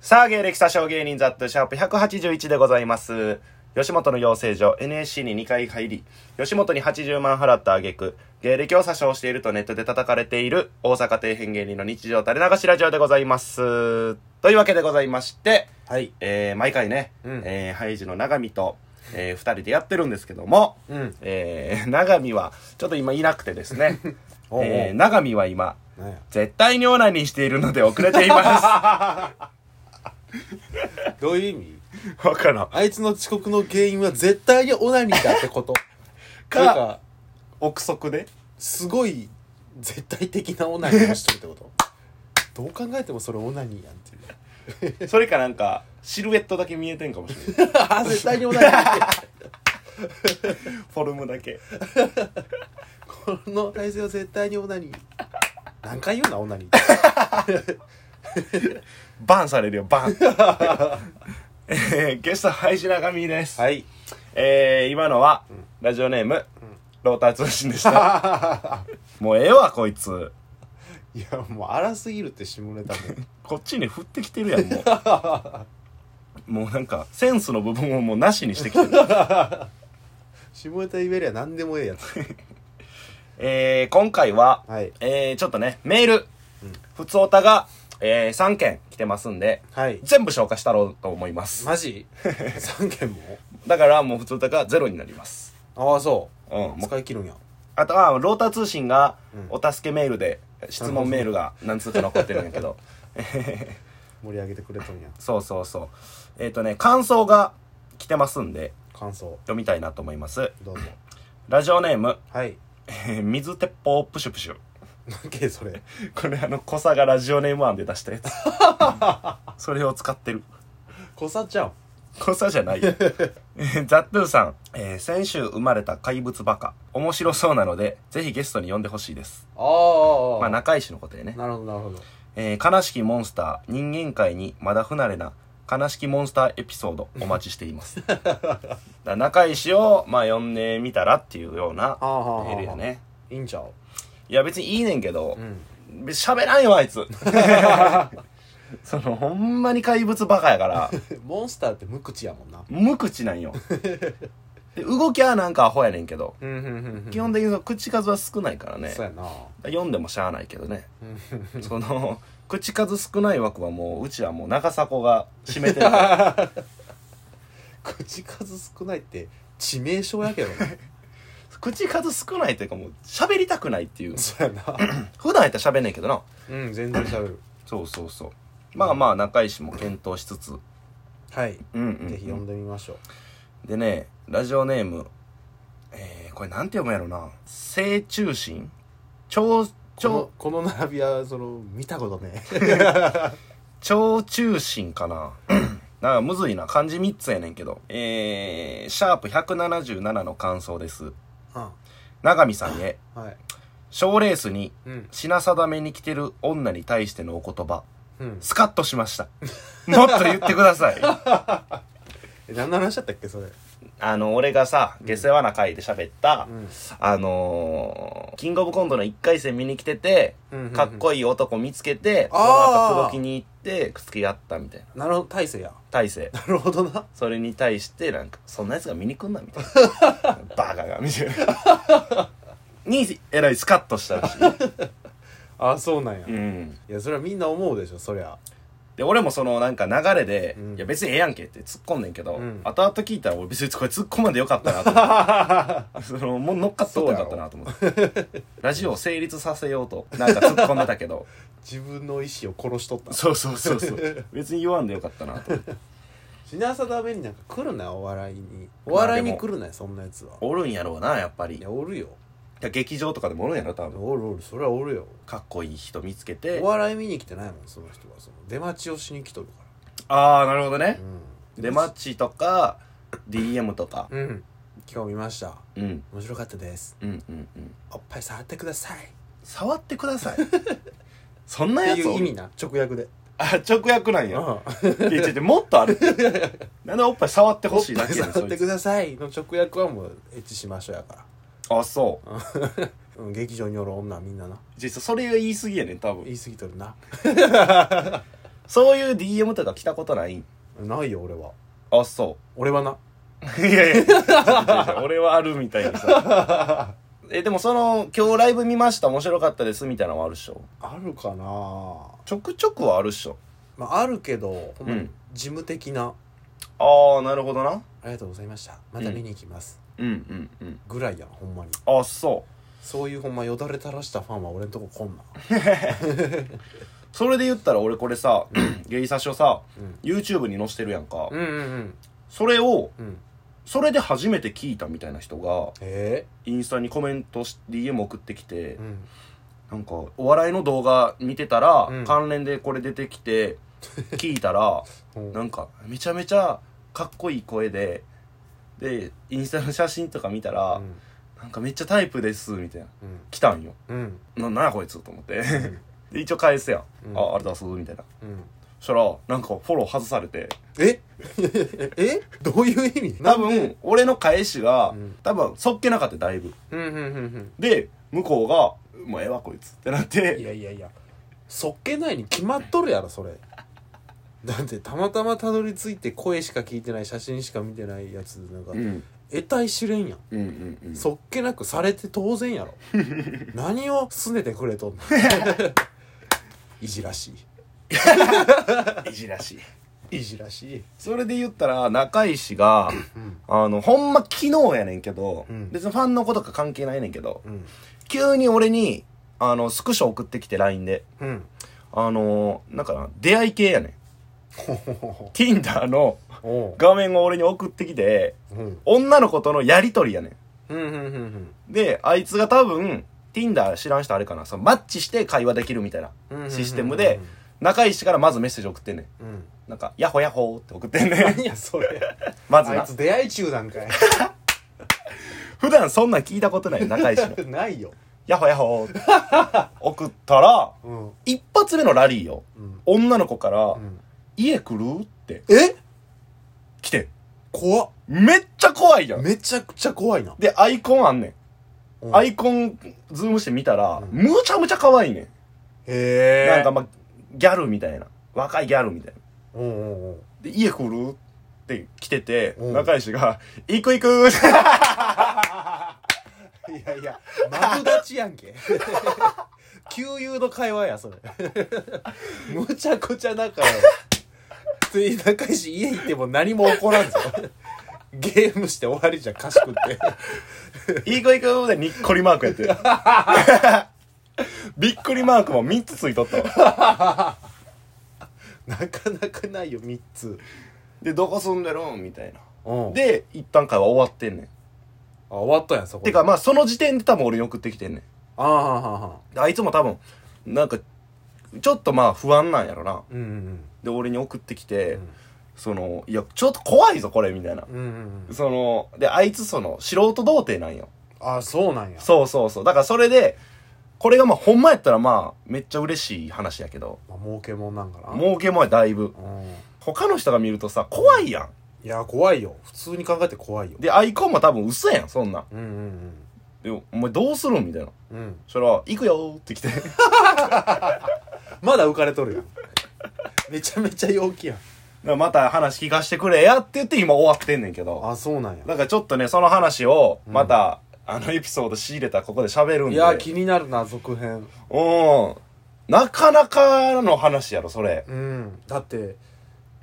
さあ、芸歴詐称芸人ザットシャープ181でございます。吉本の養成所 NSC に2回入り、吉本に80万払った挙句、芸歴を詐称しているとネットで叩かれている大阪底辺芸人の日常垂れ流しラジオでございます。というわけでございまして、はい。えー、毎回ね、うんえーハイジの長見と、えー、二人でやってるんですけども、うんえー、長見は、ちょっと今いなくてです ね、おうおうえー、長見は今、なんや絶対にオナニーしているので遅れています。どういう意味 わからん。あいつの遅刻の原因は絶対にオナニーだってこと。かなんか、憶測で。すごい絶対的なオナニーをしてるってことどう考えてもそれオナニーやんってい う。それかなんか、シルエットだけ見えてんかもしれない。 あ絶対にオナニーって。 フォルムだけ。この体勢は絶対にオナニー。何回言うな、オナニーって。バンされるよ、バン。 えー、ゲスト、ハイジ長見です。はい。えー、今のは、ラジオネーム、ローター通信でした。 もうええわ、こいつ。いや、もう荒すぎるって下 ネタも。こっちに振ってきてるやん、もう。 もうなんか、センスの部分をもうなしにしてきて る。下ネタ言えりゃ何でもええやつ。えー、今回は、はいえー、ちょっとね、メール、ふつおたが、えー、3件来てますんで、はい全部消化したろうと思います。マ ジ ?3 件もだからもう普通歌がゼロになります。ああ、そう。うんもう使い切るんや。あとは、ローター通信が、お助けメールで、質問メールが何通か残ってるんやけど。 盛り上げてくれとんや。そうそうそう。えっ、とね、感想が来てますんで、感想。読みたいなと思います。どうぞ。ラジオネーム、 はい。 えー水鉄砲プシュプシュ。何けそれ。これあの、コサがラジオネーム案で出したやつ。それを使ってる。こさちゃん。コサじゃないよ。 えーザットゥーさん、えー先週生まれた怪物バカ。面白そうなので、ぜひゲストに呼んでほしいです。ああ。まあ、仲石のことやね。なるほど、なるほど。えー悲しきモンスター人間界にまだ不慣れな悲しきモンスターエピソードお待ちしています だから仲石をまあ呼んでみたらっていうようなあはあはあメールやねいいんちゃういや別にいいねんけどん別に喋、らんよあいつそのほんまに怪物バカやから モンスターって無口やもんな。無口なん よで動きはなんかアホやねんけどうん、うん、うん。基本的にその口数は少ないからねそうやな。読んでもしゃあないけどねその口数少ない枠はもううちはもう長迫が占めてる から 口数少ないって、致命傷やけど ね。口数少ないというかもう喋りたくないっていうそうやな。普段やったら喋んねんけどなうん、全然喋る。そうそうそうまあまあ仲石も検討しつつはい。うんうん、ぜひ読んでみましょう。でねラジオネームえー、これなんて読むんやろな正中心超この超この並びは、その、見たことね。超中心かな なんかむずいな漢字3つやねんけどえー、シャープ177の感想ですう永見さんへん。はい。賞レースにうん。品定めに来てる女に対してのお言葉うん。スカッとしました。 もっと言ってください。え、何の話だったっけ、それ。あの、俺がさ、下世話な回で喋った、うん。あのーキングオブコントの1回戦見に来てて、うんうんうんかっこいい男見つけて、そのあー後口説きに行って、付き合ったみたいな。なるほど、大勢や。大勢。なるほどな。それに対して、なんか、そんな奴が見に来んな、みたい な。バカが、みたいな。に、えらいスカッとしたらしい。あ、そうなんや。ういん。や、それはみんな思うでしょ、そ りゃ。で、俺もその、なんか流れで、うんいや別にええやんけって突っ込んでんけど、うん後々聞いたら俺別にこれ突っ込まんでよかったなと思って そのもう乗っかっとってよかったなと思ってラジオを成立させようとなんか突っ込んでたけど自分の意思を殺しとっ たそうそうそうそう別に言わんでよかったなと思って品定めになんか来るなよお笑いにお笑いまにあ来るなよそんなやつはおるんやろうなやっぱりいいやおるよや劇場とかでもおるんやろ多分おるおるそれはおるよかっこいい人見つけてお笑い見に来てないもんその人はその出待ちをしに来とるかああなるほどらねう出マッチとか DM とかんうん今日見ましたうん面白かったですうんうんうんおっぱい触ってください触ってくだ さいそんなっやてついうお意る味な直訳であ直訳なんうやんいや違う違うもっとある なんでおっぱい触ってほしいだけやおっぱんい触ってくそいださいの直訳はもうエッチしましょうやかつあそうらうん劇場におる女はみんなな実はそれが言い過ぎやねん多分言い過ぎとるなそういう DM とか来たことないないよ俺はあそ俺はなう いやいや 俺はあるみたいなさ えでもその今日ライブ見ました面白かったですみたいなのはあるっしょあるかな、ちょくちょくはあるっしょまあ、あるけど、ほんまうんに事務的なああなるほどな「ありがとうございましたまた見に行きますうんうんうん」ぐらいやんほんまにあそうそういうほんまよだれ垂らしたファンは俺んとこ来んなそれで言ったら俺これさ ゲイサシをさうん YouTube に載せてるやんか、うんうんそれをうんうんそれで初めて聞いたみたいな人がえインスタにコメントし DM 送ってきてえ、うんなんかお笑いの動画見てたら、うん関連でこれ出てきて聞いた らうんなんかめちゃめちゃかっこいい声ででインスタの写真とか見たら、うんなんかめっちゃタイプですみたいなうん来たんようんななんやこいつと思って で一応返すやん、うんああれだすみたいなうんそしたらなんかフォロー外されてえ えどういう意味多分俺の返しが、うん多分そっけなかっただいぶうんうんうんで向こうが「もうええわこいつ」ってなっうんいてやいやいやそっけないに決まっとるやろそれだってたまたまたどり着いて声しか聞いてない写真しか見てないやつなんかうん得体知れんやんうんうんうんそっけなくされて当然 やろ何をすねてくれとんの いじらしいじらしいいいじらしいそれで言ったら中石が うんあのほんま昨日やねんけど、うん別にファンの子とか関係ないねんけどうん急に俺にあのスクショ送ってきて LINE でうんあのなんかな出会い系やねんほほほほ Tinder のおう画面を俺に送ってきてうん女の子とのやりとりやねんうんうんうんうんで、あいつが多分、Tinder 知らん人あれかな、そのマッチして会話できるみたいなシステムで、仲石からまずメッセージ送ってんねん。うんなんか、ヤホヤホーって送ってんねん。 何やそれまずあいなつ。出会い中なんかい普段そんなん聞いたことない仲石の。 ないよヤホヤホーって送ったら、うん一発目のラリーよ。うん女の子からう、ん家来るってえ来てん。怖っめっちゃ怖いやん。めちゃくちゃ怖いなで、アイコンあんねん。アへイコン、ズームして見たら、うんむちゃむちゃ可愛いねん。えなんかまあ、ギャルみたいな。若いギャルみたいな。うんうんうんで、家来るって来てて、うん仲良しが、行く行くいやいや、マブダチやんけ。旧友の会話や、それ。むちゃくちゃ仲良い。で、仲良し家行っても何も起こらんぞ。ゲームして終わりじゃん、賢くって。行く行くでにっこりマーク やって。びっくりマークも3つついとったわ。なかなかないよ、3つ。で、どこ住んでるんみたいな。うん。で、で、一旦会話終わってんねん。あ、終わったやん、そこで。てか、、まあ、その時点で多分俺に送ってきてんねああ、はんはんはん。ん。であいつも多分、なんか、ちょっとまあ不安なんやろな。うんうんで、俺に送ってきて、うんその、いや、ちょっと怖いぞ、これ、みたいな。うん。うんうんうん。その、で、あいつその、素人童貞なんよ。あ、そうなんや。そうそうそう。だからそれで、これがまあ、ほんまやったらまあ、めっちゃ嬉しい話やけど、まあ、儲けもんなんかな。儲けもだいぶ。うん。他の人が見るとさ、怖いやいや、怖いよ。普通に考えて怖いよん。。で、アイコンも多分嘘やん、そんなん。うんうんで、お前どうするんみたいな。うん。うん。そしたら、行くよーって来 て、まだ浮かれとるやん。めちゃめちゃ陽気やん。また話聞かしてくれやって言って今終わってんねんけど。あ、そうなんや。だからちょっとね、その話を、また、あのエピソード仕入れたらここで喋るんで。いや、気になるな、続編。うん。なかなかの話やろ、それ。うん。だって、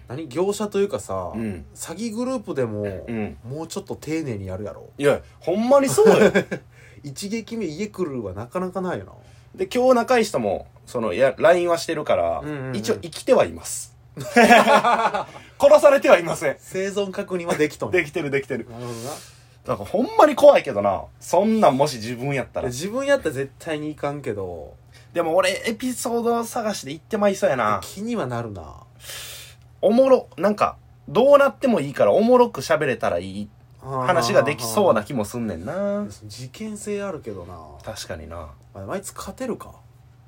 何業者というかさ、うん詐欺グループでも、うんもうちょっと丁寧にやるやろ。いや、ほんまに そうよ。一撃目家来るはなかなかないよな。で今日仲いい人もそのいや LINE はしてるから、うんうんうん一応生きてはいます 殺されてはいません生存確認はできとん。なでるきてるできてるほどだからほんまに怖いけどなそんなんもし自分やったな。ら自分やったら絶対にいかんけど、でも俺エピソード探しで行ってまいそうやな気にはなるな。おもろなんかどうなってもいいからおもろく喋れたらいい話ができそうなあ気もすんねんなー。事件性あるけどな。確かになまああいつ勝てるか。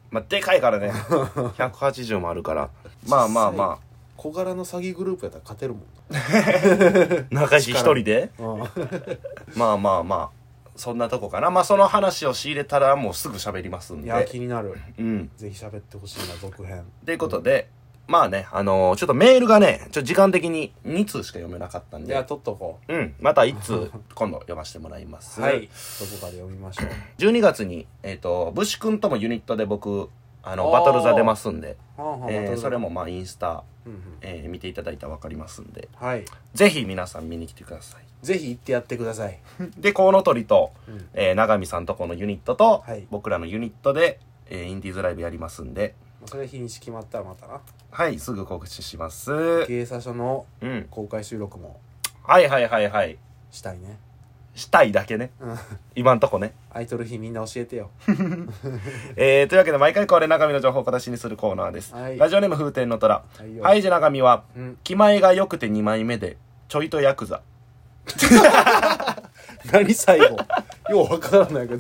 まあでかいから ね180もあるからまあまあま小柄の詐欺グループやったら勝てるもんな。あ仲良し一人でうんまあまあまあそんなとこかなまあその話を仕入れたらもうすぐ喋りますんいやで気になるうんぜひ喋ってほしいな続編ということで、まあね、あのーちょっとメールがね、ちょっと時間的に2通しか読めなかったんじゃあで、取っとこうん、また1通今度読ませてもらいます。うはいどこから読みましょう12月に、えっ、と、武士くんともユニットで僕、あの、バトル座出ますんで、はんはんえーまたそれもまあインスタ、うんうんえー見ていただいたらわかりますんで、はいぜひ皆さん見に来てください。ぜひ行ってやってくださいで、コウノトリと、うんえー、永見さんとこのユニットと、はい僕らのユニットで、えーインディーズライブやりますんで、それ日にち決まったらまたなはい、すぐ告知します。う芸者書のん。公開収録もはいはいはいはい。したいねしたいだけね。うん 今んとこね。アイドル日みんな教えてよえー、というわけで毎回恒例中身の情報を形にするコーナーです。はいラジオネーム風天の虎。はいよハイジ中身は、 うん気前が良くて2枚目で、ちょいとヤクザ。 何最後ようわからないけど